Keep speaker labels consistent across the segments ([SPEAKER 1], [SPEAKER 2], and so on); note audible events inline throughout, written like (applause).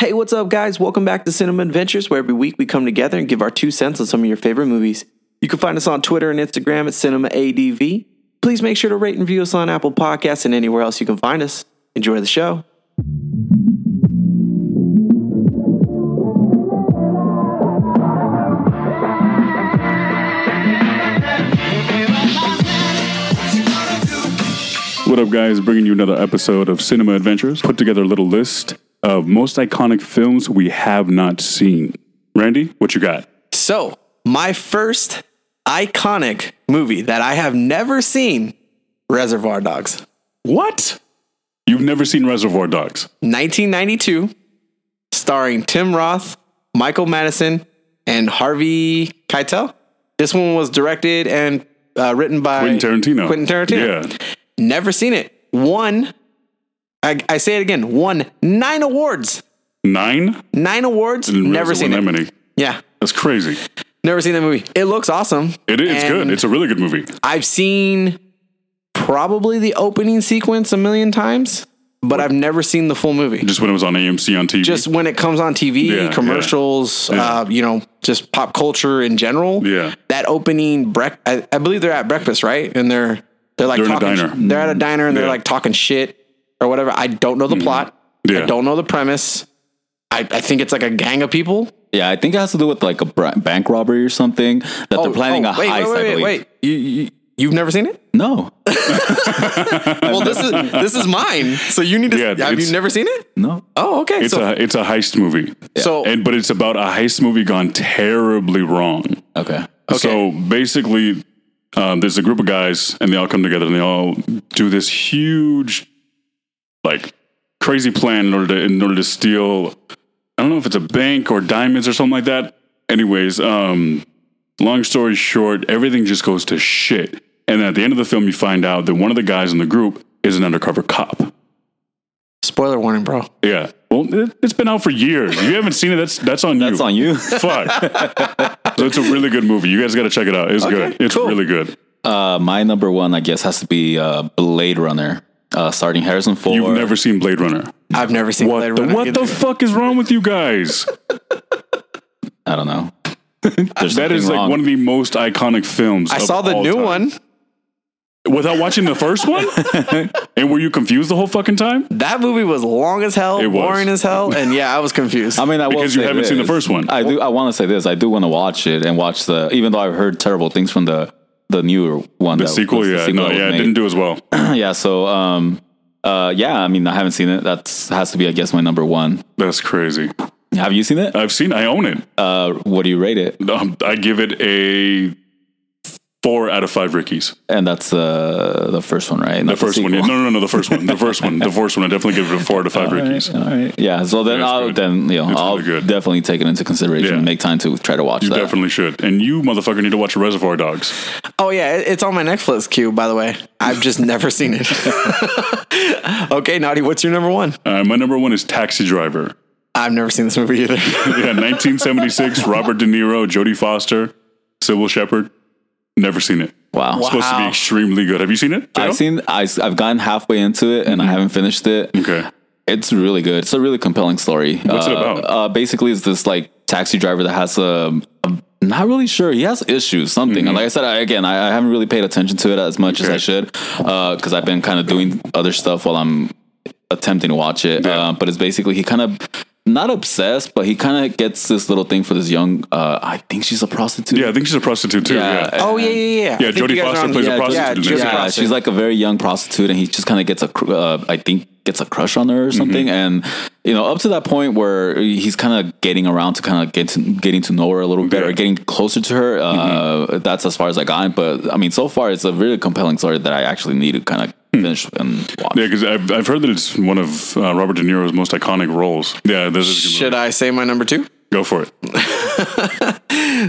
[SPEAKER 1] Hey, what's up, guys? Welcome back to Cinema Adventures, where every week we come together and give our two cents on some of your favorite movies. You can find us on Twitter and Instagram at Cinema ADV. Please make sure to rate and review us on Apple Podcasts and anywhere else you can find us. Enjoy the show.
[SPEAKER 2] What up, guys? Bringing you another episode of Cinema Adventures. Put together a little list of most iconic films we have not seen. Randy, what you got?
[SPEAKER 1] So, my first iconic movie that I have never seen Reservoir Dogs.
[SPEAKER 2] What? You've never seen Reservoir Dogs.
[SPEAKER 1] 1992, starring Tim Roth, Michael Madison, and Harvey Keitel. This one was directed and uh, written by
[SPEAKER 2] Quentin Tarantino.
[SPEAKER 1] Quentin Tarantino.
[SPEAKER 2] Yeah.
[SPEAKER 1] Never seen it. Won, I, I say it again, won nine awards.
[SPEAKER 2] Nine?
[SPEAKER 1] Nine awards, never seen it.
[SPEAKER 2] Lemony.
[SPEAKER 1] Yeah,
[SPEAKER 2] That's crazy.
[SPEAKER 1] never seen that movie. It looks awesome.
[SPEAKER 2] It is it's good.
[SPEAKER 1] And
[SPEAKER 2] It's a really good movie.
[SPEAKER 1] I've seen probably the opening sequence a million times, but I've never seen the full movie.
[SPEAKER 2] Just when it was on AMC on TV.
[SPEAKER 1] just when it comes on TV,
[SPEAKER 2] Yeah,
[SPEAKER 1] commercials,
[SPEAKER 2] yeah.
[SPEAKER 1] Uh, you know, just pop culture in general.
[SPEAKER 2] Yeah.
[SPEAKER 1] that opening break. I, I believe they're at breakfast, right? And they're they're like
[SPEAKER 2] They're in a
[SPEAKER 1] talking,
[SPEAKER 2] diner. Mm-hmm.
[SPEAKER 1] They're at a diner and they're
[SPEAKER 2] Yeah. Mm-hmm.
[SPEAKER 1] like talking shit or whatever. I don't know the plot. I
[SPEAKER 2] Yeah.
[SPEAKER 1] don't know the premise. I, I think it's like a gang of people.
[SPEAKER 3] Yeah, I think it has to do with like a bra- bank robbery or something that they're planning a
[SPEAKER 1] Oh, wait,
[SPEAKER 3] heist.
[SPEAKER 1] Wait,
[SPEAKER 3] I
[SPEAKER 1] wait,
[SPEAKER 3] believe.
[SPEAKER 1] wait, You, you you've never
[SPEAKER 2] (laughs)
[SPEAKER 1] seen it?
[SPEAKER 3] No,
[SPEAKER 1] well, this is this is mine. So you need to.
[SPEAKER 2] Yeah,
[SPEAKER 1] have you
[SPEAKER 2] it's-
[SPEAKER 1] never seen it?
[SPEAKER 3] no.
[SPEAKER 1] Oh, okay.
[SPEAKER 2] it's
[SPEAKER 1] so
[SPEAKER 2] a it's a heist movie.
[SPEAKER 1] so
[SPEAKER 2] And but it's about a heist movie gone terribly wrong.
[SPEAKER 3] Okay.
[SPEAKER 2] So basically, um, there's a group of guys, and they all come together, and they all do this huge, like, crazy plan in order to in order to steal. I don't know if it's a bank or diamonds or something like that. Anyways, um, long story short, everything just goes to shit. And then at the end of the film, you find out that one of the guys in the group is an undercover cop.
[SPEAKER 1] spoiler warning, bro.
[SPEAKER 2] Yeah. Well, it, it's been out for years. If you haven't seen it, that's that's on
[SPEAKER 3] That's
[SPEAKER 2] you.
[SPEAKER 3] on (laughs) you.
[SPEAKER 2] Fuck. (laughs) so it's a really good movie. You guys got to check it out. It's good. It's
[SPEAKER 1] cool.
[SPEAKER 2] really good.
[SPEAKER 3] Uh, my number one, I guess, has to be uh, Blade Runner, uh, starting Harrison Ford.
[SPEAKER 2] You've never seen Blade Runner.
[SPEAKER 1] I've never seen
[SPEAKER 2] What
[SPEAKER 1] Blade
[SPEAKER 2] the,
[SPEAKER 1] Runner
[SPEAKER 2] what the
[SPEAKER 1] either.
[SPEAKER 2] fuck is wrong with you guys?
[SPEAKER 3] I don't know. There's
[SPEAKER 2] That is like one of the most iconic films.
[SPEAKER 1] I
[SPEAKER 2] of
[SPEAKER 1] saw the
[SPEAKER 2] all
[SPEAKER 1] new
[SPEAKER 2] time.
[SPEAKER 1] one.
[SPEAKER 2] without watching the
[SPEAKER 1] (laughs)
[SPEAKER 2] first one. and were you confused the whole fucking time?
[SPEAKER 1] That movie was long as hell,
[SPEAKER 2] It was.
[SPEAKER 1] boring as hell, and yeah, I was
[SPEAKER 2] (laughs)
[SPEAKER 1] confused.
[SPEAKER 3] I mean, I will
[SPEAKER 2] Because you
[SPEAKER 3] say
[SPEAKER 2] haven't seen the
[SPEAKER 3] this.
[SPEAKER 2] first one.
[SPEAKER 3] I do. I want to say this. I do want to watch it and watch the. Even though I've heard terrible things from the the newer one.
[SPEAKER 2] The sequel, yeah, no, yeah, it didn't do as well.
[SPEAKER 3] (clears throat) yeah. So, um, uh, yeah. I mean, I haven't seen it. That has to be, I guess, my number one.
[SPEAKER 2] That's crazy.
[SPEAKER 3] Have you seen it?
[SPEAKER 2] I've seen. I own it.
[SPEAKER 3] Uh, what do you rate it?
[SPEAKER 2] Um, I give it a four out of five Rickies.
[SPEAKER 3] And that's uh, the first one, right?
[SPEAKER 2] The first one. Yeah. No, no, no, the first one. The first one. The first one. I definitely give it a four out of five Rickies.
[SPEAKER 3] All right. Yeah. So then
[SPEAKER 2] Yeah, it's
[SPEAKER 3] I'll
[SPEAKER 2] good.
[SPEAKER 3] then you know
[SPEAKER 2] It's
[SPEAKER 3] I'll
[SPEAKER 2] really good.
[SPEAKER 3] definitely take it into consideration.
[SPEAKER 2] Yeah.
[SPEAKER 3] and Make time to try to watch
[SPEAKER 2] You
[SPEAKER 3] that.
[SPEAKER 2] definitely should. And you, motherfucker, need to watch Reservoir Dogs.
[SPEAKER 1] oh yeah, it- it's on my Netflix queue, by the way. I've just never seen
[SPEAKER 2] (laughs)
[SPEAKER 1] it. okay, Naughty, what's your number one?
[SPEAKER 2] Uh, my number one is Taxi Driver.
[SPEAKER 1] I've never seen this movie either.
[SPEAKER 2] Yeah, 1976, Robert De Niro, Jodie Foster, Sybil Shepherd. Never seen it.
[SPEAKER 3] Wow.
[SPEAKER 2] It's supposed to be
[SPEAKER 1] Wow.
[SPEAKER 2] extremely good. Have you seen it? Theo?
[SPEAKER 3] I've seen. I, have gotten halfway into it and I
[SPEAKER 2] Mm-hmm.
[SPEAKER 3] haven't finished it.
[SPEAKER 2] Okay.
[SPEAKER 3] It's really good. It's a really compelling story.
[SPEAKER 2] What's it
[SPEAKER 3] Uh,
[SPEAKER 2] about?
[SPEAKER 3] Uh, basically, it's this like taxi driver that has a. I'm not really sure. He has issues, something. Like I said, I, again, I, I haven't really paid attention to it as much as
[SPEAKER 2] Mm-hmm. Okay.
[SPEAKER 3] I should because I've been kind of doing other stuff while I'm attempting to watch it.
[SPEAKER 2] Yeah.
[SPEAKER 3] Uh, but it's basically he kind of not obsessed, but he kind of gets this little thing for this young. Uh, I think she's a prostitute.
[SPEAKER 2] Yeah, I think she's a prostitute too. Yeah.
[SPEAKER 3] Yeah.
[SPEAKER 1] oh yeah, yeah, yeah.
[SPEAKER 2] Yeah,
[SPEAKER 1] I think you
[SPEAKER 2] Jodie
[SPEAKER 1] guys are
[SPEAKER 2] Foster
[SPEAKER 1] on-
[SPEAKER 2] plays a
[SPEAKER 1] yeah,
[SPEAKER 2] prostitute in
[SPEAKER 1] Yeah,
[SPEAKER 2] this.
[SPEAKER 1] Jodie
[SPEAKER 2] Yeah,
[SPEAKER 3] yeah,
[SPEAKER 1] Foster.
[SPEAKER 3] she's like a very young prostitute, and he just kind of gets a, cr- uh, I think, gets a crush on
[SPEAKER 2] Mm-hmm.
[SPEAKER 3] her or something. And you know, up to that point where he's kind of getting around to kind of get to, getting to know her a little bit
[SPEAKER 2] Yeah. Mm-hmm.
[SPEAKER 3] or getting closer to her. Uh, That's as far as I got. But I mean, so far it's a really compelling story that I actually need to kind of
[SPEAKER 2] Hmm.
[SPEAKER 3] finish and watch.
[SPEAKER 2] Yeah, because I've, I've heard that it's one of uh, Robert De Niro's most iconic roles. Yeah, this is
[SPEAKER 1] Should I say my number two?
[SPEAKER 2] go for it.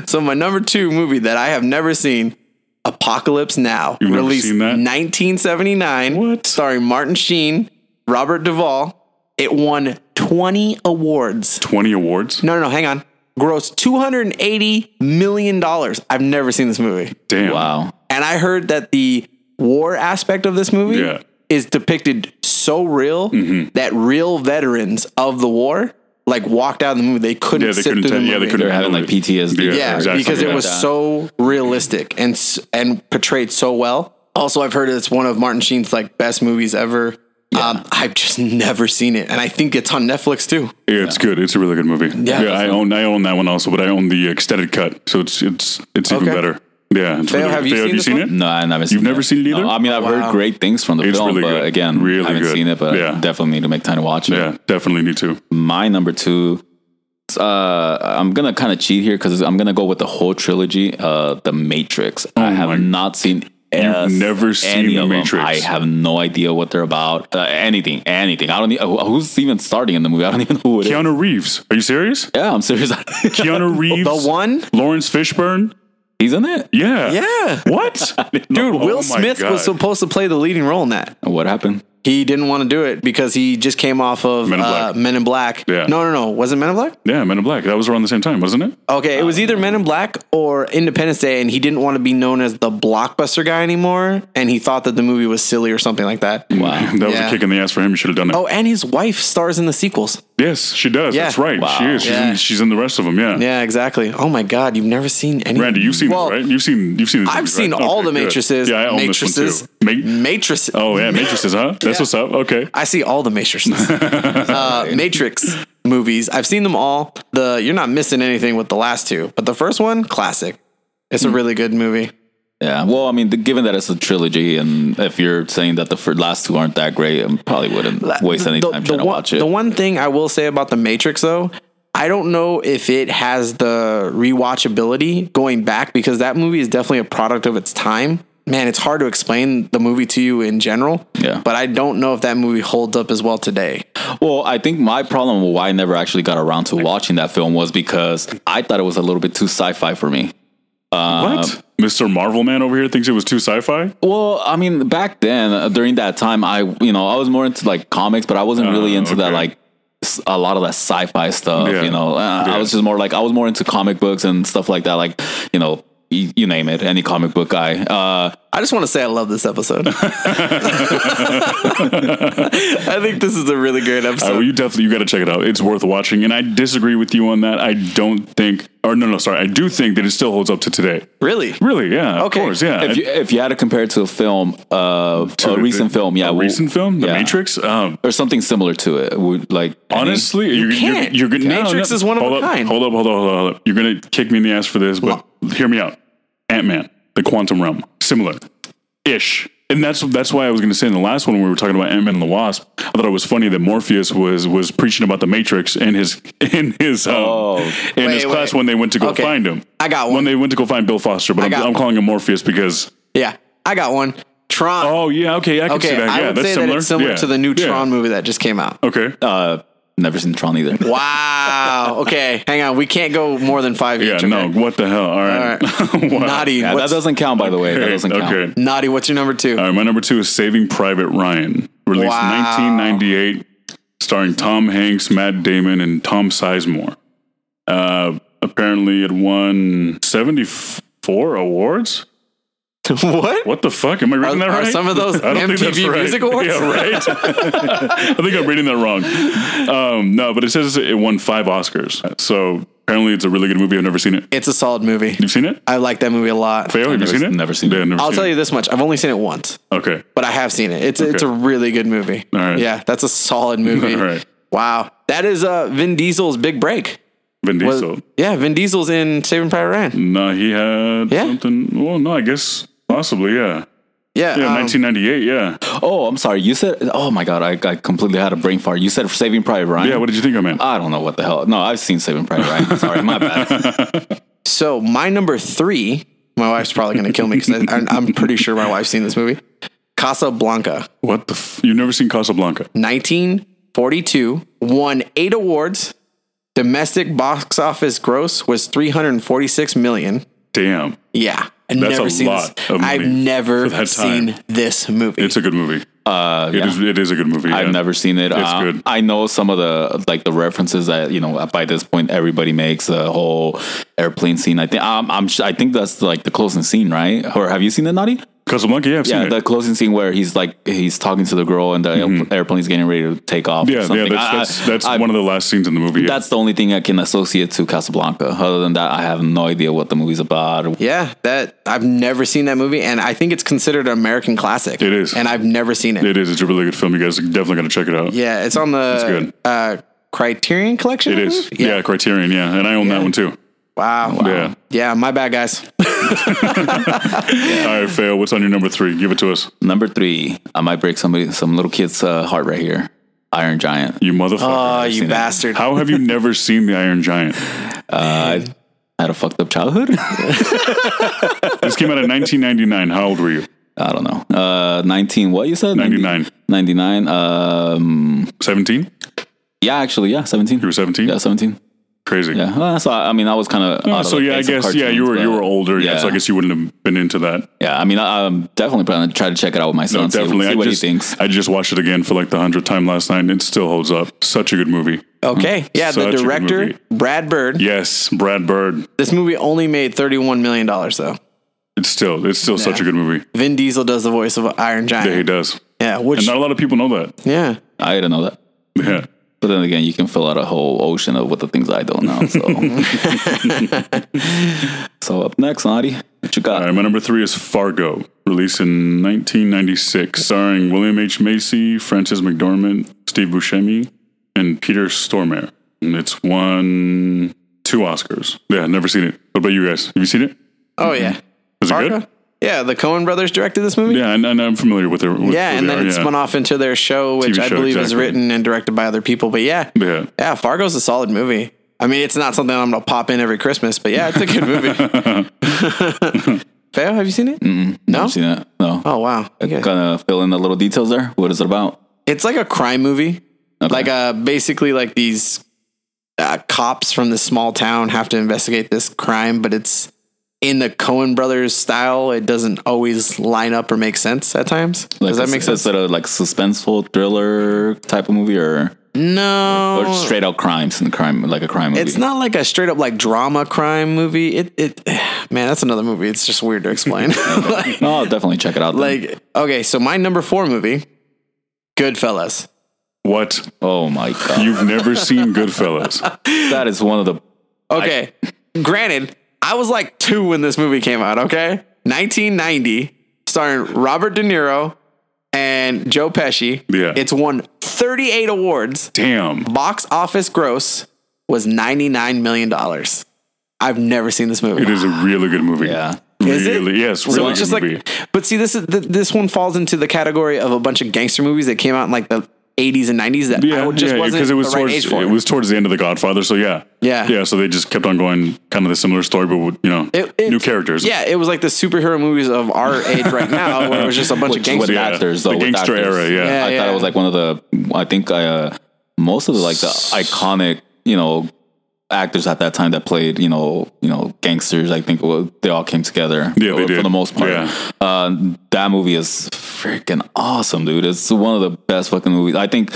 [SPEAKER 1] So my number two movie that I have never seen, Apocalypse Now,
[SPEAKER 2] You've never
[SPEAKER 1] released
[SPEAKER 2] seen that?
[SPEAKER 1] 1979,
[SPEAKER 2] What?
[SPEAKER 1] starring Martin Sheen, Robert Duvall. It won 20 awards.
[SPEAKER 2] Twenty awards.
[SPEAKER 1] No, no, no. Hang on. Grossed two hundred and eighty million dollars. I've never seen this movie,
[SPEAKER 2] Damn.
[SPEAKER 3] Wow.
[SPEAKER 1] and I heard that the war aspect of this movie
[SPEAKER 2] Yeah. Mm-hmm.
[SPEAKER 1] is depicted so real that real veterans of the war like walked out of the movie. They couldn't
[SPEAKER 2] Yeah, they
[SPEAKER 1] sit
[SPEAKER 2] couldn't
[SPEAKER 1] through
[SPEAKER 2] tell-
[SPEAKER 1] the
[SPEAKER 2] yeah, they
[SPEAKER 1] movie.
[SPEAKER 2] couldn't
[SPEAKER 3] They're having like PTSD.
[SPEAKER 2] Yeah,
[SPEAKER 1] Yeah,
[SPEAKER 2] exactly
[SPEAKER 1] because it
[SPEAKER 2] like
[SPEAKER 1] was
[SPEAKER 3] that.
[SPEAKER 1] so realistic and s- and portrayed so well. Also, I've heard it's one of Martin Sheen's like best movies ever. Um, I've just (laughs) never seen it, and I think it's on Netflix too.
[SPEAKER 2] Yeah, it's good. It's a really good movie.
[SPEAKER 1] Yeah.
[SPEAKER 2] Yeah, I own I own that one also, but I own the extended cut, so it's it's it's
[SPEAKER 1] Okay.
[SPEAKER 2] even better. Yeah, it's
[SPEAKER 1] Theo, have you
[SPEAKER 2] Theo,
[SPEAKER 1] seen this one?
[SPEAKER 2] it?
[SPEAKER 3] No, I never.
[SPEAKER 2] You've never seen it either?
[SPEAKER 3] No, I mean, I've
[SPEAKER 1] Wow.
[SPEAKER 3] heard great things from the
[SPEAKER 2] It's
[SPEAKER 3] film,
[SPEAKER 2] really
[SPEAKER 3] but
[SPEAKER 2] good.
[SPEAKER 3] again,
[SPEAKER 2] Really
[SPEAKER 3] I haven't
[SPEAKER 2] good.
[SPEAKER 3] seen it. But I
[SPEAKER 2] Yeah.
[SPEAKER 3] definitely need to make time to watch it.
[SPEAKER 2] Yeah, definitely need to.
[SPEAKER 3] My number two, uh, I'm gonna kind of cheat here because I'm gonna go with the whole trilogy, uh, The Matrix. I
[SPEAKER 2] Oh my-
[SPEAKER 3] have not seen.
[SPEAKER 2] You've
[SPEAKER 3] s-
[SPEAKER 2] never seen
[SPEAKER 3] any
[SPEAKER 2] The
[SPEAKER 3] of them.
[SPEAKER 2] Matrix.
[SPEAKER 3] I have no idea what they're about. Uh, anything, anything. I don't. e- who- Who's even starting in the movie? I don't even know who it is.
[SPEAKER 2] Keanu Reeves. Are you serious?
[SPEAKER 3] Yeah, I'm serious. (laughs)
[SPEAKER 2] Keanu
[SPEAKER 1] (laughs)
[SPEAKER 2] Reeves.
[SPEAKER 1] The one,
[SPEAKER 2] Lawrence Fishburne.
[SPEAKER 3] He's in it.
[SPEAKER 2] Yeah.
[SPEAKER 1] yeah, (laughs)
[SPEAKER 2] What?
[SPEAKER 1] dude.
[SPEAKER 2] Oh
[SPEAKER 1] Will
[SPEAKER 2] my
[SPEAKER 1] Smith
[SPEAKER 2] God.
[SPEAKER 1] was supposed to play the leading role in that.
[SPEAKER 3] What happened?
[SPEAKER 1] He didn't want to do it because he just came off of
[SPEAKER 2] Men in
[SPEAKER 1] uh,
[SPEAKER 2] Black.
[SPEAKER 1] Men in Black.
[SPEAKER 2] Yeah.
[SPEAKER 1] No, no, no. Was it Men in Black?
[SPEAKER 2] Yeah, Men in Black. That was around the same time, wasn't it? (laughs)
[SPEAKER 1] Okay, it was either Men in Black or Independence Day, and he didn't want to be known as the blockbuster guy anymore, and he thought that the movie was silly or something like that.
[SPEAKER 3] Wow.
[SPEAKER 2] (laughs) That was
[SPEAKER 1] Yeah.
[SPEAKER 2] a kick in the ass for him. You should have done it.
[SPEAKER 1] Oh, and his wife stars in the sequels.
[SPEAKER 2] Yes, she does.
[SPEAKER 1] Yeah.
[SPEAKER 2] That's right.
[SPEAKER 3] Wow.
[SPEAKER 2] She is. She's,
[SPEAKER 1] Yeah.
[SPEAKER 2] in, she's in the rest of them. Yeah.
[SPEAKER 1] Yeah, exactly. Oh my God, you've never seen any.
[SPEAKER 2] Randy, you've seen
[SPEAKER 1] Well,
[SPEAKER 2] it, right? You've seen you've seen. these
[SPEAKER 1] I've
[SPEAKER 2] movies,
[SPEAKER 1] seen
[SPEAKER 2] right?
[SPEAKER 1] all
[SPEAKER 2] Okay,
[SPEAKER 1] the
[SPEAKER 2] good.
[SPEAKER 1] matrices.
[SPEAKER 2] Yeah, I own
[SPEAKER 1] matrices.
[SPEAKER 2] this one too. Ma-
[SPEAKER 1] Matrices.
[SPEAKER 2] oh yeah, matrices, huh? That's what's up.
[SPEAKER 1] (laughs)
[SPEAKER 2] Okay.
[SPEAKER 1] I see all the
[SPEAKER 3] (laughs)
[SPEAKER 1] matrices. uh, Matrix movies. I've seen them all. The you're not missing anything with the last two, but the first one, classic. It's a
[SPEAKER 3] Hmm.
[SPEAKER 1] really good movie.
[SPEAKER 3] Yeah, well, I mean, the, given that it's a trilogy, and if you're saying that the fir- last two aren't that great, I probably wouldn't waste any time trying to
[SPEAKER 1] one,
[SPEAKER 3] watch it.
[SPEAKER 1] The one thing I will say about the Matrix, though, I don't know if it has the rewatchability going back because that movie is definitely a product of its time. Man, it's hard to explain the movie to you in general.
[SPEAKER 3] Yeah.
[SPEAKER 1] but I don't know if that movie holds up as well today.
[SPEAKER 3] well, I think my problem with why I never actually got around to watching that film was because I thought it was a little bit too sci-fi for me.
[SPEAKER 1] Um,
[SPEAKER 2] what? Mr. Marvel Man over here thinks it was too sci-fi. Uh,
[SPEAKER 3] Well, I mean, back then uh, during that time, I you know I was more into like comics, but I wasn't really
[SPEAKER 2] Uh,
[SPEAKER 3] into that
[SPEAKER 2] okay.
[SPEAKER 3] like s- a lot of that sci-fi stuff.
[SPEAKER 2] Yeah.
[SPEAKER 3] You know, uh, I
[SPEAKER 2] Yeah.
[SPEAKER 3] was just more like I was more into comic books and stuff like that. Like you know, y- you name it, any comic book guy. Uh,
[SPEAKER 1] I just want to say I love this
[SPEAKER 2] (laughs)
[SPEAKER 1] episode. I think this is a really great
[SPEAKER 2] Uh,
[SPEAKER 1] episode.
[SPEAKER 2] well, you definitely you got to check it out. It's worth watching. And I disagree with you on that. I don't think, or no, no, sorry, I do think that it still holds up to today.
[SPEAKER 1] really?
[SPEAKER 2] Really? Yeah.
[SPEAKER 1] Okay.
[SPEAKER 2] Of course. Yeah.
[SPEAKER 3] if you if you had to compare it to a film, uh,
[SPEAKER 2] To
[SPEAKER 3] a
[SPEAKER 2] the-
[SPEAKER 3] recent film, yeah,
[SPEAKER 2] a
[SPEAKER 3] well,
[SPEAKER 2] recent film, The
[SPEAKER 3] yeah.
[SPEAKER 2] Matrix. Um,
[SPEAKER 3] or something similar to it, would like any-
[SPEAKER 2] honestly, you
[SPEAKER 1] can't. Matrix is one of
[SPEAKER 2] hold
[SPEAKER 1] a
[SPEAKER 2] up,
[SPEAKER 1] kind.
[SPEAKER 2] Hold up, hold up, hold up, hold up. You're gonna kick me in the ass for this, but hear me out. Ant Man, The Quantum Realm, similar, ish. And that's that's why I was gonna say in the last one when we were talking about Ant Man and the Wasp, I thought it was funny that Morpheus was was preaching about the Matrix in his (laughs) in his um, in
[SPEAKER 1] Oh. Wait,
[SPEAKER 2] his
[SPEAKER 1] wait.
[SPEAKER 2] class when they went to go
[SPEAKER 1] Okay.
[SPEAKER 2] find him.
[SPEAKER 1] I got one.
[SPEAKER 2] When they went to go find Bill Foster, but I'm,
[SPEAKER 1] got
[SPEAKER 2] I'm
[SPEAKER 1] one.
[SPEAKER 2] calling him Morpheus because.
[SPEAKER 1] Yeah, I got one. Tron.
[SPEAKER 2] Oh yeah, okay, I can see
[SPEAKER 1] okay,
[SPEAKER 2] that.
[SPEAKER 1] I
[SPEAKER 2] Yeah,
[SPEAKER 1] would
[SPEAKER 2] that's
[SPEAKER 1] say
[SPEAKER 2] similar.
[SPEAKER 1] that it's similar
[SPEAKER 2] Yeah,
[SPEAKER 1] to the new
[SPEAKER 2] yeah.
[SPEAKER 1] Tron Oh, movie that just came out.
[SPEAKER 2] Okay.
[SPEAKER 3] uh, never seen Tron either.
[SPEAKER 1] Wow. (laughs) Okay. Hang on. We can't go more than five
[SPEAKER 2] Yeah,
[SPEAKER 1] years.
[SPEAKER 2] no, what the hell? All right. (laughs) Wow.
[SPEAKER 1] Naughty.
[SPEAKER 3] Yeah, that
[SPEAKER 1] what's,
[SPEAKER 3] doesn't count, by the way. That doesn't count.
[SPEAKER 2] Okay.
[SPEAKER 1] naughty. What's your number two?
[SPEAKER 2] All right, my number two is Saving Private Ryan, released
[SPEAKER 1] Wow.
[SPEAKER 2] 1998, starring Tom Hanks, Matt Damon, and Tom Sizemore. Uh, apparently, it won 74 awards.
[SPEAKER 1] (laughs) what?
[SPEAKER 2] What the fuck? Am I reading
[SPEAKER 1] Are-
[SPEAKER 2] that
[SPEAKER 1] are
[SPEAKER 2] right?
[SPEAKER 1] some of those
[SPEAKER 2] (laughs) I don't think that's
[SPEAKER 1] MTV Music Awards?
[SPEAKER 2] Yeah, right. (laughs) I think I'm reading that wrong. Um, no, but it says it won five Oscars. So apparently, it's a really good movie. I've never seen it.
[SPEAKER 1] It's a solid movie.
[SPEAKER 2] You've seen it?
[SPEAKER 1] I like that movie a lot.
[SPEAKER 2] Fail? Have you
[SPEAKER 3] never-
[SPEAKER 2] seen it?
[SPEAKER 3] never seen it.
[SPEAKER 2] Yeah,
[SPEAKER 1] I'll
[SPEAKER 2] seen
[SPEAKER 1] tell you this much. I've only seen it once,
[SPEAKER 2] Okay.
[SPEAKER 1] but I have seen it. It's it's a really good movie.
[SPEAKER 2] All right.
[SPEAKER 1] Yeah, that's a solid movie.
[SPEAKER 2] (laughs) All right.
[SPEAKER 1] Wow. That is uh Vin Diesel's big break.
[SPEAKER 2] Vin
[SPEAKER 1] Was-
[SPEAKER 2] Diesel.
[SPEAKER 1] yeah, Vin Diesel's in Saving Private Ryan.
[SPEAKER 2] No, he had
[SPEAKER 1] Yeah.
[SPEAKER 2] something. Well, no, I guess possibly, yeah.
[SPEAKER 1] Yeah.
[SPEAKER 2] Yeah,
[SPEAKER 1] um,
[SPEAKER 2] 1998, yeah.
[SPEAKER 3] Oh, I'm sorry. You said. Oh my god, I, I completely had a brain fart. You said Saving Private Ryan.
[SPEAKER 2] Yeah, what did you think of
[SPEAKER 1] uh,
[SPEAKER 2] man?
[SPEAKER 3] I don't know what the hell. No, I've seen Saving Private Ryan. Sorry,
[SPEAKER 2] (laughs)
[SPEAKER 3] my bad.
[SPEAKER 1] So my number three, my wife's probably gonna kill me because I'm pretty sure my wife's seen this movie. Casablanca.
[SPEAKER 2] What the f- You've never seen Casablanca?
[SPEAKER 1] 1942, won eight awards. Domestic box office gross was 346 million.
[SPEAKER 2] Damn.
[SPEAKER 1] Yeah. I've
[SPEAKER 2] That's
[SPEAKER 1] never
[SPEAKER 2] a
[SPEAKER 1] seen
[SPEAKER 2] lot
[SPEAKER 1] this.
[SPEAKER 2] of money
[SPEAKER 1] I've
[SPEAKER 2] for
[SPEAKER 1] never
[SPEAKER 2] that time.
[SPEAKER 1] seen this movie.
[SPEAKER 2] It's a good movie. Uh,
[SPEAKER 3] yeah.
[SPEAKER 2] it is a good movie.
[SPEAKER 3] I've
[SPEAKER 2] yeah.
[SPEAKER 3] never seen it.
[SPEAKER 2] It's
[SPEAKER 3] Uh,
[SPEAKER 2] good.
[SPEAKER 3] I know some of the like the references that you know by this point everybody makes the whole airplane scene. I think um, I'm. sh- I think that's like the closing scene, right? Or have you seen it, Naughty?
[SPEAKER 2] Casablanca, yeah, I've
[SPEAKER 3] yeah,
[SPEAKER 2] seen
[SPEAKER 3] the
[SPEAKER 2] it.
[SPEAKER 3] closing scene where he's like he's talking to the girl and the airplane's getting ready to take off. or
[SPEAKER 2] Mm-hmm. Yeah, yeah,
[SPEAKER 3] something.
[SPEAKER 2] that's
[SPEAKER 3] I- I-
[SPEAKER 2] that's, that's
[SPEAKER 3] I-
[SPEAKER 2] one of the last scenes in the movie. yeah.
[SPEAKER 3] That's the only thing I can associate to Casablanca. Other than that, I have no idea what the movie's about.
[SPEAKER 1] Yeah, that I've never seen that movie, and I think it's considered an American classic.
[SPEAKER 2] It is.
[SPEAKER 1] and I've never seen it.
[SPEAKER 2] it is. It's a really good film. You guys are definitely gotta check it out.
[SPEAKER 1] Yeah, it's on the
[SPEAKER 2] good.
[SPEAKER 1] uh, Criterion Collection.
[SPEAKER 2] It
[SPEAKER 1] I
[SPEAKER 2] is.
[SPEAKER 1] believe?
[SPEAKER 2] Yeah. Criterion. Yeah, and I own that one too.
[SPEAKER 1] Wow.
[SPEAKER 2] Yeah.
[SPEAKER 1] Yeah, my bad,
[SPEAKER 3] (laughs)
[SPEAKER 1] guys.
[SPEAKER 2] All right, fail. What's on your number three? Give it to us.
[SPEAKER 3] Number three, I might break somebody, some little kid's uh, heart right here. Iron Giant.
[SPEAKER 2] You motherfucker.
[SPEAKER 1] Oh, you
[SPEAKER 3] seen it.
[SPEAKER 1] bastard.
[SPEAKER 2] How have you never seen the Iron Giant?
[SPEAKER 3] I had a fucked up childhood. (laughs)
[SPEAKER 2] This came out in 1999. How old were you?
[SPEAKER 3] I don't know. Uh, 19, what you said?
[SPEAKER 2] 99.
[SPEAKER 3] 99. Um,
[SPEAKER 2] 17?
[SPEAKER 3] yeah, actually, yeah, 17.
[SPEAKER 2] You were 17?
[SPEAKER 3] Yeah, 17.
[SPEAKER 2] Crazy.
[SPEAKER 3] Yeah. Well, so, I mean, I was kind of.
[SPEAKER 2] Oh, so yeah, I guess yeah, you were you were older, yeah. So I guess you wouldn't have been into that.
[SPEAKER 3] Yeah, I mean, I, I'm definitely going to try to check it out with my son.
[SPEAKER 2] No,
[SPEAKER 3] see-
[SPEAKER 2] definitely.
[SPEAKER 3] See,
[SPEAKER 2] I
[SPEAKER 3] what
[SPEAKER 2] just
[SPEAKER 3] he thinks.
[SPEAKER 2] I just watched it again for like the hundredth time last night, and it still holds up. Such a good movie.
[SPEAKER 1] Okay. Yeah,
[SPEAKER 2] Such a
[SPEAKER 1] the
[SPEAKER 2] good
[SPEAKER 1] director
[SPEAKER 2] movie.
[SPEAKER 1] Brad Bird.
[SPEAKER 2] Yes, Brad Bird.
[SPEAKER 1] This movie only made thirty-one million dollars though.
[SPEAKER 2] It's still it's still such a good movie.
[SPEAKER 1] Vin Diesel does the voice of Iron
[SPEAKER 2] Yeah, he
[SPEAKER 1] Giant.
[SPEAKER 2] does.
[SPEAKER 1] Yeah, which
[SPEAKER 2] And not a lot of people know that.
[SPEAKER 1] yeah.
[SPEAKER 3] I didn't know that.
[SPEAKER 2] Yeah.
[SPEAKER 3] But then again, you can fill out a whole ocean of what the things I don't know.
[SPEAKER 1] (laughs)
[SPEAKER 3] So, so up next, Nadi, what you
[SPEAKER 2] All
[SPEAKER 3] got?
[SPEAKER 2] right, my number three is Fargo, released in 1996, starring William H. Macy, Francis McDormand, Steve Buscemi, and Peter Stormare. And it's won two Oscars. Yeah, never seen it. What about you guys? Have you seen it?
[SPEAKER 1] Oh yeah.
[SPEAKER 2] Is it
[SPEAKER 1] Fargo?
[SPEAKER 2] good?
[SPEAKER 1] Yeah, the Cohen brothers directed this movie.
[SPEAKER 2] Yeah, and, and I'm familiar with it. With
[SPEAKER 1] Yeah,
[SPEAKER 2] who
[SPEAKER 1] and
[SPEAKER 2] they
[SPEAKER 1] then
[SPEAKER 2] are,
[SPEAKER 1] it spun off into their show, which
[SPEAKER 2] TV
[SPEAKER 1] I
[SPEAKER 2] show,
[SPEAKER 1] believe is
[SPEAKER 2] exactly.
[SPEAKER 1] written and directed by other people. But yeah,
[SPEAKER 2] Yeah.
[SPEAKER 1] yeah, Fargo's a solid movie. I mean, it's not something I'm gonna pop in every Christmas, but yeah, it's a good
[SPEAKER 3] (laughs)
[SPEAKER 1] movie. Fail, have you seen it? No.
[SPEAKER 3] You seen that? No.
[SPEAKER 1] Oh wow, Okay.
[SPEAKER 3] Gonna fill in the little details there. What is it about?
[SPEAKER 1] it's like a crime movie.
[SPEAKER 3] Okay.
[SPEAKER 1] Like uh, basically like these uh, cops from this small town have to investigate this crime, but it's in the Cohen brothers style. It doesn't always line up or make sense at times. Does that
[SPEAKER 3] is-
[SPEAKER 1] make sense?
[SPEAKER 3] Is it a like suspenseful thriller type of movie or
[SPEAKER 1] No,
[SPEAKER 3] or straight out crimes and crime like a crime movie?
[SPEAKER 1] Uh, It's not like a straight up like drama crime movie. It it (sighs) man, that's another movie. It's just weird to explain.
[SPEAKER 3] (laughs)
[SPEAKER 1] like,
[SPEAKER 3] No, I'll Oh, definitely check it out. then.
[SPEAKER 1] like, okay, so my number four movie, Goodfellas.
[SPEAKER 2] What?
[SPEAKER 3] oh my god,
[SPEAKER 2] You've never
[SPEAKER 1] (laughs)
[SPEAKER 2] seen Goodfellas.
[SPEAKER 3] that is one of the
[SPEAKER 1] Okay,
[SPEAKER 2] (laughs)
[SPEAKER 1] granted, I was like two when this movie came out. Okay, 1990, starring Robert De Niro and Joe Pesci.
[SPEAKER 2] Yeah.
[SPEAKER 1] it's won 38 awards.
[SPEAKER 2] Damn.
[SPEAKER 1] Box office gross was 99 million dollars. I've never seen this movie.
[SPEAKER 2] It is a really good movie.
[SPEAKER 3] Yeah.
[SPEAKER 1] Is it?
[SPEAKER 2] Really? Yes, really
[SPEAKER 1] So it's
[SPEAKER 2] good
[SPEAKER 1] just like,
[SPEAKER 2] movie.
[SPEAKER 1] but see, this is th- this one falls into the category of a bunch of gangster movies that came out in like the 80s and 90s that
[SPEAKER 2] Yeah,
[SPEAKER 1] I just
[SPEAKER 2] yeah,
[SPEAKER 1] wasn't
[SPEAKER 2] it was
[SPEAKER 1] the right
[SPEAKER 2] towards
[SPEAKER 1] age for.
[SPEAKER 2] it
[SPEAKER 1] It,
[SPEAKER 2] was towards the end of The Godfather, so yeah,
[SPEAKER 1] Yeah.
[SPEAKER 2] yeah. So they just kept on going, kind of the similar story, but with, you know,
[SPEAKER 1] It- it-
[SPEAKER 2] new characters.
[SPEAKER 1] yeah, it was like the superhero movies of our
[SPEAKER 2] (laughs)
[SPEAKER 1] age right now, where it was just a bunch of
[SPEAKER 3] Which-
[SPEAKER 1] gangster.
[SPEAKER 3] with
[SPEAKER 2] Yeah.
[SPEAKER 3] actors though.
[SPEAKER 2] The
[SPEAKER 3] with
[SPEAKER 2] gangster
[SPEAKER 3] actors.
[SPEAKER 2] era, yeah.
[SPEAKER 1] Yeah,
[SPEAKER 3] I thought
[SPEAKER 1] yeah.
[SPEAKER 3] it was like one of the. I think I, uh, most of the like the iconic, you know, actors at that time that played, you know, you know, gangsters. I think well, they all came together.
[SPEAKER 2] Yeah, they
[SPEAKER 3] for,
[SPEAKER 2] did.
[SPEAKER 3] the most part.
[SPEAKER 2] Yeah.
[SPEAKER 3] Uh, that movie is freaking awesome, dude. It's one of the best fucking movies. I think.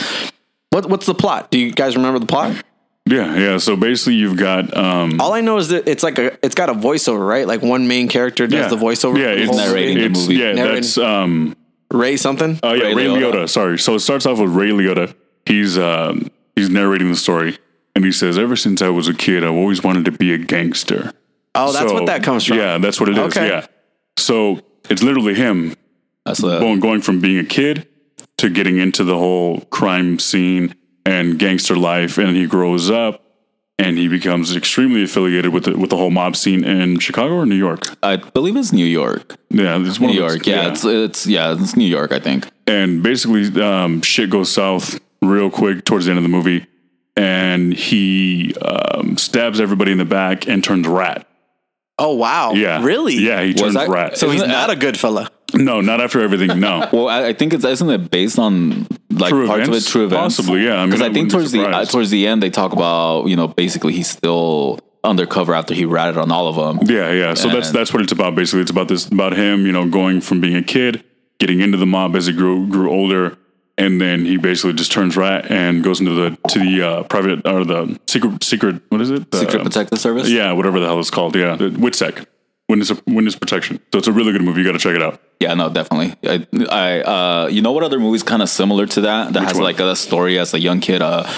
[SPEAKER 1] What, what's the plot? Do you guys remember the plot?
[SPEAKER 2] yeah, yeah. So basically, you've got um,
[SPEAKER 1] All I know is that it's like a it's got a voiceover, right? Like one main character does
[SPEAKER 2] yeah,
[SPEAKER 1] the voiceover.
[SPEAKER 2] Yeah,
[SPEAKER 1] for the
[SPEAKER 2] it's
[SPEAKER 1] whole movie.
[SPEAKER 3] Narrating the
[SPEAKER 2] it's-
[SPEAKER 3] movie.
[SPEAKER 2] Yeah,
[SPEAKER 1] Narrating.
[SPEAKER 2] that's um,
[SPEAKER 1] Ray something.
[SPEAKER 2] oh yeah,
[SPEAKER 3] Ray
[SPEAKER 2] Ray,
[SPEAKER 3] Liotta.
[SPEAKER 2] Liotta. Sorry. So it starts off with Ray Liotta. He's um, he's narrating the story, and he says, "Ever since I was a kid, I've always wanted to be a gangster."
[SPEAKER 1] oh, that's
[SPEAKER 2] So-
[SPEAKER 1] what that comes from.
[SPEAKER 2] Yeah, that's what it is.
[SPEAKER 1] Okay.
[SPEAKER 2] Yeah. So it's literally him
[SPEAKER 3] That's the
[SPEAKER 2] going going from being a kid to getting into the whole crime scene and gangster life, and he grows up and he becomes extremely affiliated with the, with the whole mob scene in Chicago or New York.
[SPEAKER 3] I believe it's New York.
[SPEAKER 2] Yeah, Oh, it's one
[SPEAKER 3] New
[SPEAKER 2] of those-
[SPEAKER 3] York. Yeah, It's, it's yeah, it's New York. I think.
[SPEAKER 2] and basically um, shit goes south real quick towards the end of the movie, and he um, stabs everybody in the back and turns rat.
[SPEAKER 1] Oh wow.
[SPEAKER 2] Yeah,
[SPEAKER 1] Really?
[SPEAKER 2] Yeah, he turns
[SPEAKER 3] that-
[SPEAKER 2] rat.
[SPEAKER 1] So he's
[SPEAKER 3] Isn't it-
[SPEAKER 1] not a good fella. (laughs)
[SPEAKER 2] no, not after everything.
[SPEAKER 3] (laughs)
[SPEAKER 2] No.
[SPEAKER 3] Well, I, I think it's isn't it based on like
[SPEAKER 2] True
[SPEAKER 3] parts
[SPEAKER 2] events?
[SPEAKER 3] of it true events,
[SPEAKER 2] Possibly, yeah. I mean,
[SPEAKER 3] Because I,
[SPEAKER 2] I wouldn't
[SPEAKER 3] think
[SPEAKER 2] be
[SPEAKER 3] towards the uh,
[SPEAKER 2] surprised.
[SPEAKER 3] towards the end they talk about you know basically he's still undercover after he ratted on all of them.
[SPEAKER 2] Yeah, yeah. So that's
[SPEAKER 3] And-
[SPEAKER 2] that's what it's about. Basically, it's about this about him, you know, going from being a kid, getting into the mob as he grew grew older, and then he basically just turns right and goes into the to the uh, private or the um, secret secret what is it The-
[SPEAKER 3] Secret Protective Service.
[SPEAKER 2] yeah whatever the hell it's called yeah the WITSEC witness witness protection. So it's a really good movie. You got to check it out.
[SPEAKER 3] Yeah, no, definitely. I, I, uh, you know what other movie's kind of similar to that that has
[SPEAKER 2] one?
[SPEAKER 3] like a story as a young kid, uh,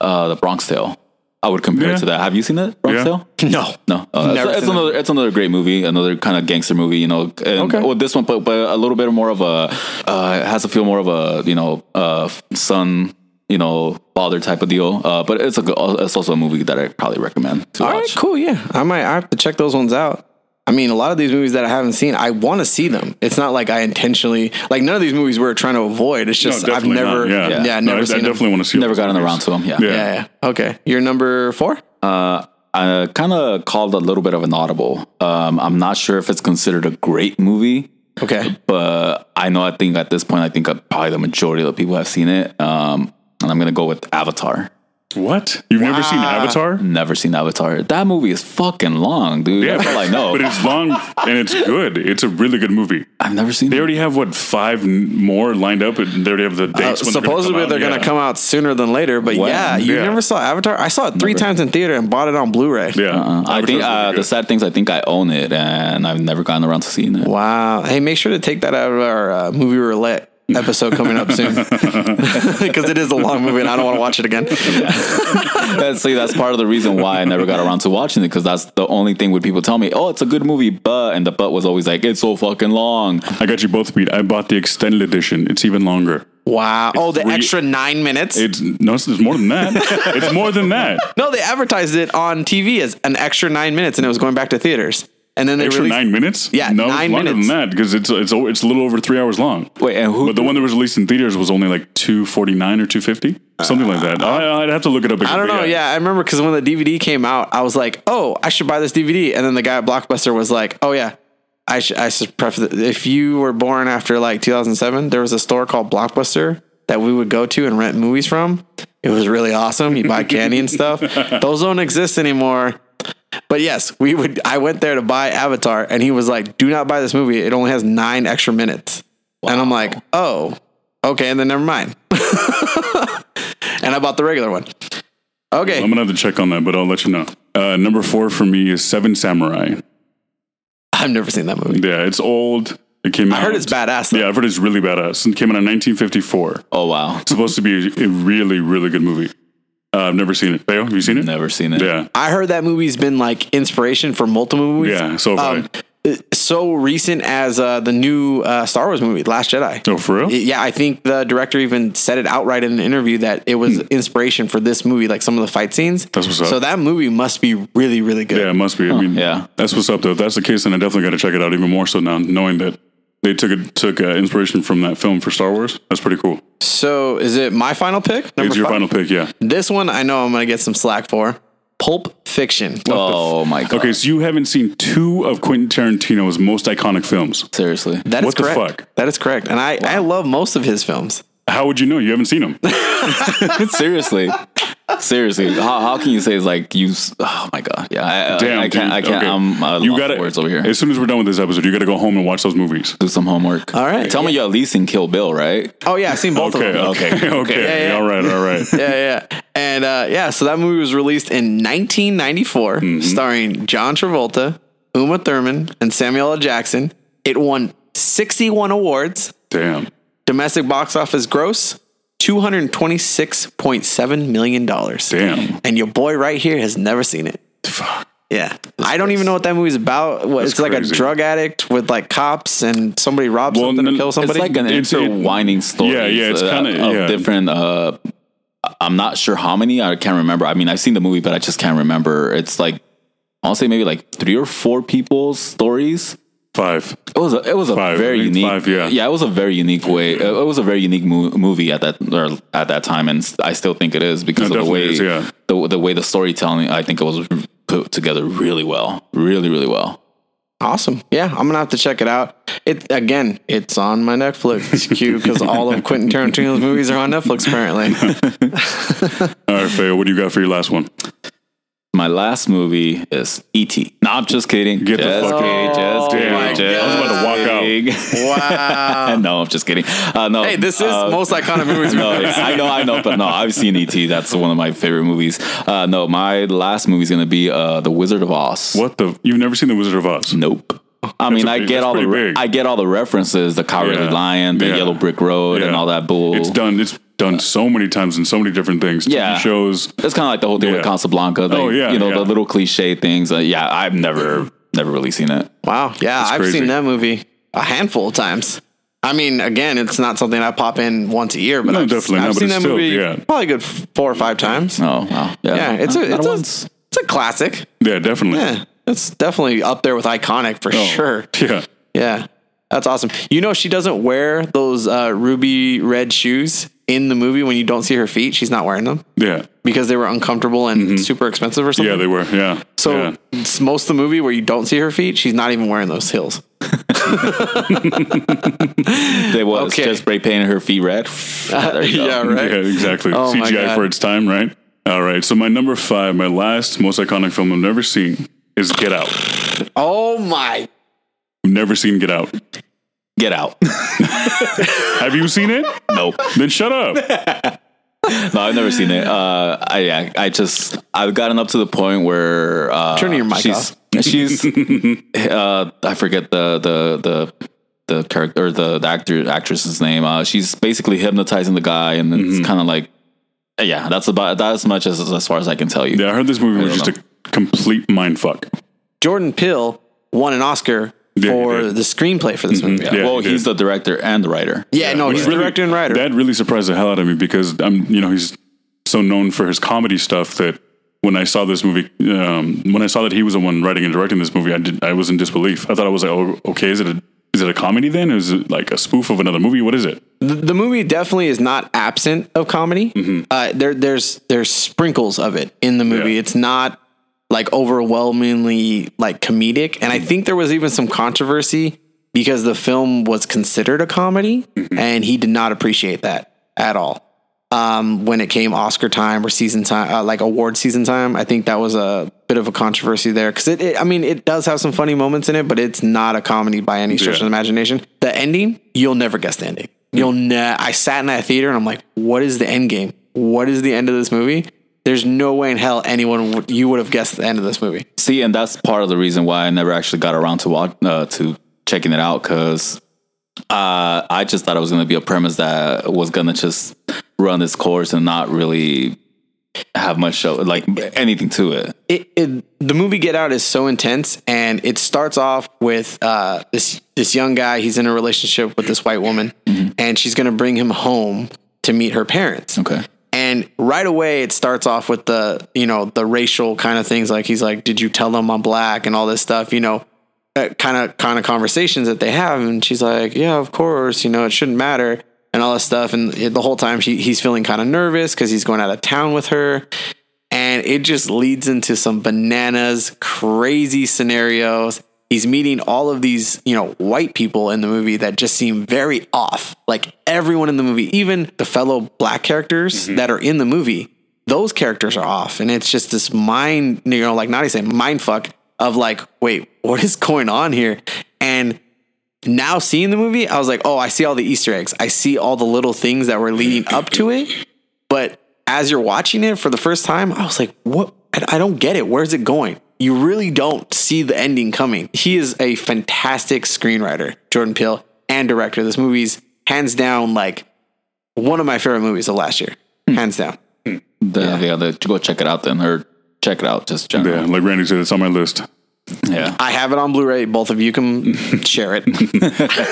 [SPEAKER 3] uh, The Bronx Tale. I would compare
[SPEAKER 2] Yeah.
[SPEAKER 3] it to that. Have you seen it, Bronx
[SPEAKER 2] Yeah.
[SPEAKER 3] Tale?
[SPEAKER 1] No.
[SPEAKER 3] No, uh,
[SPEAKER 1] Never
[SPEAKER 3] it's, it's
[SPEAKER 1] seen
[SPEAKER 3] another it's another great movie, another kind of gangster movie, you know. And,
[SPEAKER 1] Okay.
[SPEAKER 3] Well, this one, but, but a little bit more of a uh, it has to feel more of a you know uh, son you know father type of deal. Uh, but it's a go- it's also a movie that I probably recommend. To
[SPEAKER 1] All right,
[SPEAKER 3] watch.
[SPEAKER 1] cool. Yeah, I might. I have to check those ones out. I mean, a lot of these movies that I haven't seen, I want to see them. It's not like I intentionally like none of these movies we're trying to avoid. It's just I've
[SPEAKER 2] definitely
[SPEAKER 1] never,
[SPEAKER 2] not.
[SPEAKER 1] yeah,
[SPEAKER 2] yeah,
[SPEAKER 1] I've
[SPEAKER 2] No,
[SPEAKER 1] never
[SPEAKER 2] I, I
[SPEAKER 1] seen them.
[SPEAKER 2] definitely want to see.
[SPEAKER 3] Never
[SPEAKER 2] those
[SPEAKER 3] gotten
[SPEAKER 2] movies.
[SPEAKER 3] around to them. Yeah,
[SPEAKER 2] Yeah.
[SPEAKER 1] Yeah, yeah. Okay, you're number four.
[SPEAKER 3] Uh, I kind of called a little bit of an audible. Um, I'm not sure if it's considered a great movie.
[SPEAKER 1] Okay,
[SPEAKER 3] but I know I think at this point I think uh, probably the majority of the people have seen it. Um, and I'm gonna go with Avatar.
[SPEAKER 2] What? You've never seen Avatar?
[SPEAKER 3] Never seen Avatar. That movie is fucking long, dude.
[SPEAKER 2] Yeah,
[SPEAKER 3] That's all I
[SPEAKER 1] (laughs)
[SPEAKER 2] but-
[SPEAKER 3] know.
[SPEAKER 2] But it's long and it's good. It's a really good movie.
[SPEAKER 3] I've never seen
[SPEAKER 2] They
[SPEAKER 3] it.
[SPEAKER 2] already have what five n- more lined up, and they already have the
[SPEAKER 1] Uh,
[SPEAKER 2] dates. when
[SPEAKER 1] supposedly they're
[SPEAKER 2] gonna
[SPEAKER 1] gonna come out sooner than later, but
[SPEAKER 3] When?
[SPEAKER 1] yeah, you
[SPEAKER 2] Yeah.
[SPEAKER 1] never saw Avatar. I saw it three times in theater and bought it on Blu-ray.
[SPEAKER 2] Yeah, Yeah.
[SPEAKER 3] Uh, I
[SPEAKER 2] Avatar's
[SPEAKER 3] think
[SPEAKER 2] really
[SPEAKER 3] uh,
[SPEAKER 2] good.
[SPEAKER 3] the sad things I think I own it, and I've never gotten around to seeing (laughs) it.
[SPEAKER 1] Wow. Hey, make sure to take that out of our uh, movie roulette episode coming up
[SPEAKER 2] (laughs)
[SPEAKER 1] soon (laughs) because it is a long movie and I don't want to watch it again.
[SPEAKER 3] And See, that's part of the reason why I never got around to watching it because that's the only thing when people tell me, "Oh, it's a good movie," but and the but was always like, "It's so fucking long."
[SPEAKER 2] I got you both beat. I bought the extended edition. It's even longer.
[SPEAKER 1] Wow. oh, the
[SPEAKER 2] three-
[SPEAKER 1] extra nine minutes.
[SPEAKER 2] It's no, it's, it's more
[SPEAKER 1] (laughs)
[SPEAKER 2] than that. it's more than that.
[SPEAKER 1] No, they advertised it on TV as an extra nine minutes, and it was going back to theaters. And then they
[SPEAKER 2] Extra
[SPEAKER 1] released
[SPEAKER 2] nine minutes.
[SPEAKER 1] Yeah,
[SPEAKER 2] no,
[SPEAKER 1] nine
[SPEAKER 2] it's longer
[SPEAKER 1] minutes.
[SPEAKER 2] than that because it's it's o- it's a little over three hours long.
[SPEAKER 3] Wait, and who?
[SPEAKER 2] But the one that was released in theaters was only like two forty nine or two fifty, something like that. I, I'd have to look it up.
[SPEAKER 1] I don't know. Yeah, I remember because when the DVD came out, I was like, "Oh, I should buy this DVD." And then the guy at Blockbuster was like, "Oh yeah, I should." I should preface it. if you were born after like 2007, there was a store called Blockbuster that we would go to and rent movies from. It was really awesome. You buy candy and stuff. Those don't exist anymore. But yes, we would. I went there to buy Avatar, and he was like, "Do not buy this movie. It only has nine extra minutes." And I'm like, "Oh, okay." And then never mind. (laughs) and I bought the regular one. Okay.
[SPEAKER 2] I'm gonna have to check on that, but I'll let you know. Uh, number four for me is Seven Samurai.
[SPEAKER 1] I've never seen that movie.
[SPEAKER 2] Yeah, it's old. It came.
[SPEAKER 1] I heard it's badass. Though.
[SPEAKER 2] Yeah, I've heard it's really badass. It came out in 1954. It's
[SPEAKER 3] oh wow,
[SPEAKER 2] supposed to be a really, really good movie. Uh, I've never seen it. Theo, have you seen it?
[SPEAKER 3] never seen it.
[SPEAKER 2] Yeah,
[SPEAKER 1] I heard that movie's been like inspiration for multiple movies.
[SPEAKER 2] yeah. So, have
[SPEAKER 1] Um, so recent as uh, the new uh, Star Wars movie, Last Jedi.
[SPEAKER 2] I. oh, for real?
[SPEAKER 1] Yeah, I think the director even said it outright in an interview that it was inspiration for this movie, like some of the fight scenes.
[SPEAKER 2] Hmm. That's what's up.
[SPEAKER 1] So that movie must be really, really good.
[SPEAKER 2] yeah, it must be. I mean,
[SPEAKER 3] yeah.
[SPEAKER 2] That's what's up though. If that's the case, then I definitely got to check it out even more so now, knowing that they took it took uh, inspiration from that film for Star Wars. That's pretty cool.
[SPEAKER 1] So is it my final pick? Number
[SPEAKER 2] it's your
[SPEAKER 1] five?
[SPEAKER 2] final pick, yeah.
[SPEAKER 1] This one I know I'm gonna get some slack for. Pulp Fiction.
[SPEAKER 3] Oh my god.
[SPEAKER 2] Okay, so you haven't seen two of Quentin Tarantino's most iconic films.
[SPEAKER 3] Seriously.
[SPEAKER 1] That is
[SPEAKER 2] what the
[SPEAKER 1] correct.
[SPEAKER 2] fuck?
[SPEAKER 1] That is correct. And I, I love most of his films.
[SPEAKER 2] How would you know? You haven't seen
[SPEAKER 3] (laughs)
[SPEAKER 2] them.
[SPEAKER 3] (laughs) seriously seriously how, how can you say it's like you s- oh my god yeah i,
[SPEAKER 2] Damn,
[SPEAKER 3] I, I
[SPEAKER 2] dude.
[SPEAKER 3] can't i can't
[SPEAKER 2] Okay.
[SPEAKER 3] i'm uh,
[SPEAKER 2] you
[SPEAKER 3] lost
[SPEAKER 2] gotta
[SPEAKER 3] for words over here
[SPEAKER 2] As soon as we're done with this episode, you got to go home and watch those movies.
[SPEAKER 3] do some homework
[SPEAKER 1] All right.
[SPEAKER 3] tell me you at least in kill bill right
[SPEAKER 1] Oh yeah, I've seen both
[SPEAKER 2] Okay,
[SPEAKER 1] of them. (laughs)
[SPEAKER 2] okay, okay.
[SPEAKER 1] Yeah, yeah.
[SPEAKER 2] All right,
[SPEAKER 1] (laughs)
[SPEAKER 2] all right.
[SPEAKER 1] yeah, yeah. And uh, yeah, so that movie was released in 1994,
[SPEAKER 2] Mm-hmm.
[SPEAKER 1] starring John Travolta, Uma Thurman, and Samuel L. Jackson. It won 61 awards,
[SPEAKER 2] Damn.
[SPEAKER 1] domestic box office gross, $226.7 million.
[SPEAKER 2] Damn.
[SPEAKER 1] And your boy right here has never seen it.
[SPEAKER 2] Fuck.
[SPEAKER 1] Yeah. I don't even know what that movie's about. What,
[SPEAKER 2] That's
[SPEAKER 1] it's like
[SPEAKER 2] crazy.
[SPEAKER 1] a drug addict with like cops and somebody robs
[SPEAKER 2] Well,
[SPEAKER 1] something and
[SPEAKER 2] no,
[SPEAKER 1] kills somebody.
[SPEAKER 3] it's like an
[SPEAKER 2] It's- it-
[SPEAKER 3] intertwining story
[SPEAKER 2] Yeah, yeah, it's kinda-
[SPEAKER 3] uh, of
[SPEAKER 2] yeah.
[SPEAKER 3] different uh I- i'm not sure how many i can't remember i mean i've seen the movie but i just can't remember it's like i'll say maybe like three or four people's stories
[SPEAKER 2] Five.
[SPEAKER 3] It was a, it was a
[SPEAKER 2] Five,
[SPEAKER 3] very
[SPEAKER 2] I think
[SPEAKER 3] unique
[SPEAKER 2] five, yeah.
[SPEAKER 3] it was a very unique way uh, it was a very unique mo- movie at that or at that time and I still think it is because
[SPEAKER 2] It
[SPEAKER 3] of the way
[SPEAKER 2] definitely is, yeah.
[SPEAKER 3] the the way the storytelling I think it was put together really well really really well
[SPEAKER 1] Awesome. Yeah, I'm gonna have to check it out. It again, it's on my
[SPEAKER 2] (laughs)
[SPEAKER 1] Netflix queue because all of Quentin Tarantino's
[SPEAKER 2] (laughs)
[SPEAKER 1] movies are on Netflix apparently.
[SPEAKER 2] All right, Faye, what do you got for your last one?
[SPEAKER 3] My last movie is E.T. No, I'm just kidding.
[SPEAKER 2] Get the
[SPEAKER 3] just
[SPEAKER 2] fuck out.
[SPEAKER 3] kidding, just
[SPEAKER 2] Damn.
[SPEAKER 3] kidding,
[SPEAKER 2] I was
[SPEAKER 1] about
[SPEAKER 2] to walk out.
[SPEAKER 1] Wow.
[SPEAKER 3] (laughs) no, I'm just kidding. Uh, no,
[SPEAKER 1] Hey, this is
[SPEAKER 3] uh,
[SPEAKER 1] most iconic movies.
[SPEAKER 2] (laughs)
[SPEAKER 3] no, it's- I know, I know, but no, I've seen E.T. That's one of my favorite movies. Uh, no, my last movie is gonna be uh, The Wizard of Oz.
[SPEAKER 2] What the? You've never seen The Wizard of Oz?
[SPEAKER 3] Nope. I mean,
[SPEAKER 2] a
[SPEAKER 3] I
[SPEAKER 2] big-
[SPEAKER 3] get
[SPEAKER 2] that's
[SPEAKER 3] all the
[SPEAKER 2] pretty
[SPEAKER 3] re-
[SPEAKER 2] big.
[SPEAKER 3] I get all the references, the Cowardly
[SPEAKER 2] Yeah.
[SPEAKER 3] Lion, the
[SPEAKER 2] Yeah.
[SPEAKER 3] Yellow Brick Road, and
[SPEAKER 2] Yeah.
[SPEAKER 3] all that bull.
[SPEAKER 2] It's done. It's done so many times in so many different things. TV
[SPEAKER 3] Yeah.
[SPEAKER 2] shows.
[SPEAKER 3] That's kind of like the whole thing
[SPEAKER 2] Yeah.
[SPEAKER 3] with Casablanca. Like,
[SPEAKER 2] Oh, yeah,
[SPEAKER 3] you know
[SPEAKER 2] yeah.
[SPEAKER 3] the little cliche things. Uh, yeah, I've never, never really seen it.
[SPEAKER 1] Wow. Yeah, I've
[SPEAKER 2] crazy.
[SPEAKER 1] seen that movie a handful of times. I mean, again, it's not something I pop in once a year, but
[SPEAKER 2] No,
[SPEAKER 1] I've,
[SPEAKER 2] definitely
[SPEAKER 1] I've
[SPEAKER 2] not, but
[SPEAKER 1] seen
[SPEAKER 2] it's
[SPEAKER 1] that
[SPEAKER 2] still-
[SPEAKER 1] movie
[SPEAKER 2] yeah.
[SPEAKER 1] probably a good four or five times.
[SPEAKER 3] Oh wow,
[SPEAKER 1] Yeah, it's
[SPEAKER 3] Not-
[SPEAKER 1] a
[SPEAKER 3] not
[SPEAKER 1] it's a,
[SPEAKER 3] once.
[SPEAKER 1] it's a classic.
[SPEAKER 2] Yeah, definitely.
[SPEAKER 1] Yeah, it's definitely up there with iconic for
[SPEAKER 2] Oh,
[SPEAKER 1] sure.
[SPEAKER 2] Yeah.
[SPEAKER 1] Yeah, that's awesome. You know, she doesn't wear those uh, ruby red shoes in the movie when you don't see her feet. She's not wearing them
[SPEAKER 2] Yeah.
[SPEAKER 1] because they were uncomfortable and super expensive or something.
[SPEAKER 2] Mm-hmm. Yeah, they were. Yeah.
[SPEAKER 1] so
[SPEAKER 2] yeah.
[SPEAKER 1] it's most of the movie where you don't see her feet, she's not even wearing those heels.
[SPEAKER 3] They was
[SPEAKER 1] Okay. Uh,
[SPEAKER 3] just spray painting her feet
[SPEAKER 1] (laughs)
[SPEAKER 3] red. There you go.
[SPEAKER 1] yeah, right.
[SPEAKER 2] (laughs) Yeah, exactly.
[SPEAKER 1] Oh my
[SPEAKER 2] CGI
[SPEAKER 1] God.
[SPEAKER 2] for its time, right? All right. So my number five, my last most iconic film I've never seen is Get Out.
[SPEAKER 1] Oh my!
[SPEAKER 2] I've never seen Get Out.
[SPEAKER 3] Get out.
[SPEAKER 2] Have you seen it?
[SPEAKER 3] nope.
[SPEAKER 2] Then
[SPEAKER 1] (laughs)
[SPEAKER 2] shut up.
[SPEAKER 3] No, I've never seen it. Uh, I, yeah, I just I've gotten up to the point where uh,
[SPEAKER 1] Turn your mic
[SPEAKER 3] she's,
[SPEAKER 1] (laughs)
[SPEAKER 3] She's uh, I forget the the the. The character, or the, the actor, actress's name. Uh, she's basically hypnotizing the guy, and
[SPEAKER 1] Mm-hmm.
[SPEAKER 3] it's kind of like, yeah, that's about that's as much as as far as I can tell you.
[SPEAKER 2] Yeah, I heard this movie was
[SPEAKER 3] don't
[SPEAKER 2] just a complete mind fuck.
[SPEAKER 1] Jordan Peele won an Oscar
[SPEAKER 2] he
[SPEAKER 1] for
[SPEAKER 2] did.
[SPEAKER 1] the screenplay for this movie. Yeah,
[SPEAKER 2] Mm-hmm. Yeah,
[SPEAKER 3] well,
[SPEAKER 2] he
[SPEAKER 3] he's
[SPEAKER 2] did.
[SPEAKER 3] the director and the writer.
[SPEAKER 1] no, he's
[SPEAKER 2] Which really-
[SPEAKER 1] director and writer.
[SPEAKER 2] That really surprised the hell out of me because I'm, you know, he's so known for his comedy stuff that when I saw this movie, um, when I saw that he was the one writing and directing this movie, I did, I was in disbelief. I thought I was like, oh, okay, is it a, is it a comedy then? Is it like a spoof of another movie? What is it?
[SPEAKER 1] the movie definitely is not absent of comedy. Uh, there, there's there's sprinkles of it in the movie.
[SPEAKER 2] Yeah.
[SPEAKER 1] It's not like overwhelmingly like comedic, and I think there was even some controversy because the film was considered a comedy, and he did not appreciate that at all. Um, when it came Oscar time or season time, uh, like award season time, I think that was a bit of a controversy there because it, it. I mean, it does have some funny moments in it, but it's not a comedy by any stretch
[SPEAKER 2] Yeah.
[SPEAKER 1] of the imagination. The ending, you'll never guess the ending. You'll ne- I sat in that theater and I'm like, what is the end game? What is the end of this movie? There's no way in hell anyone would you would have guessed the end of this movie.
[SPEAKER 3] See, and that's part of the reason why I never actually got around to watch uh, to checking it out because uh, I just thought it was going to be a premise that was going to just run its course and not really have much show like anything to it.
[SPEAKER 1] It, it the movie Get Out is so intense, and it starts off with uh, this this young guy. He's in a relationship with this white woman, and she's gonna bring him home to meet her parents.
[SPEAKER 3] Okay.
[SPEAKER 1] And right away, it starts off with the you know the racial kind of things. Like he's like, "Did you tell them I'm black?" and all this stuff. You know, kind of kind of conversations that they have. And she's like, "Yeah, of course. You know, it shouldn't matter." And all this stuff. And it- the whole time, she, he's feeling kind of nervous because he's going out of town with her. And it just leads into some bananas, crazy scenarios. He's meeting all of these, you know, white people in the movie that just seem very off. Like everyone in the movie, even the fellow black characters that are in the movie, those characters are off. And it's just this mind, you know, like Nadi said, mind fuck of like, wait, what is going on here? And now seeing the movie, I was like, oh, I see all the Easter eggs. I see all the little things that were leading up to it. But as you're watching it for the first time, I was like, what? I I don't get it. Where's it going? You really don't see the ending coming. He is a fantastic screenwriter, Jordan Peele, and director. This movie's hands down like one of my favorite movies of last year, hands down.
[SPEAKER 3] The, yeah. the- go check it out then, or check it out just
[SPEAKER 2] Yeah,
[SPEAKER 3] generally.
[SPEAKER 2] like Randy said, it's on my list.
[SPEAKER 3] Yeah.
[SPEAKER 1] I have it on Blu-ray. Both of you can share it.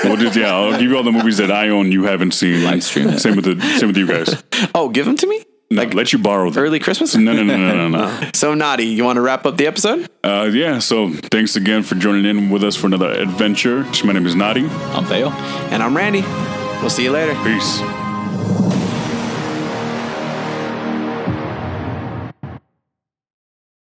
[SPEAKER 2] Well, just, yeah, I'll give you all the movies that I own you haven't seen.
[SPEAKER 3] Live stream it.
[SPEAKER 2] Same with the same with you
[SPEAKER 3] (laughs)
[SPEAKER 2] guys.
[SPEAKER 1] Oh, give them to me
[SPEAKER 2] No, let you borrow them.
[SPEAKER 1] early Christmas.
[SPEAKER 2] No, no, no, no, no, no.
[SPEAKER 3] (laughs)
[SPEAKER 1] So naughty. You want to wrap up the episode?
[SPEAKER 3] Oh.
[SPEAKER 2] Uh, yeah, so thanks again for joining in with us for another adventure. My name is Nadi.
[SPEAKER 3] I'm Theo.
[SPEAKER 1] And I'm Randy. We'll see you later.
[SPEAKER 2] Peace.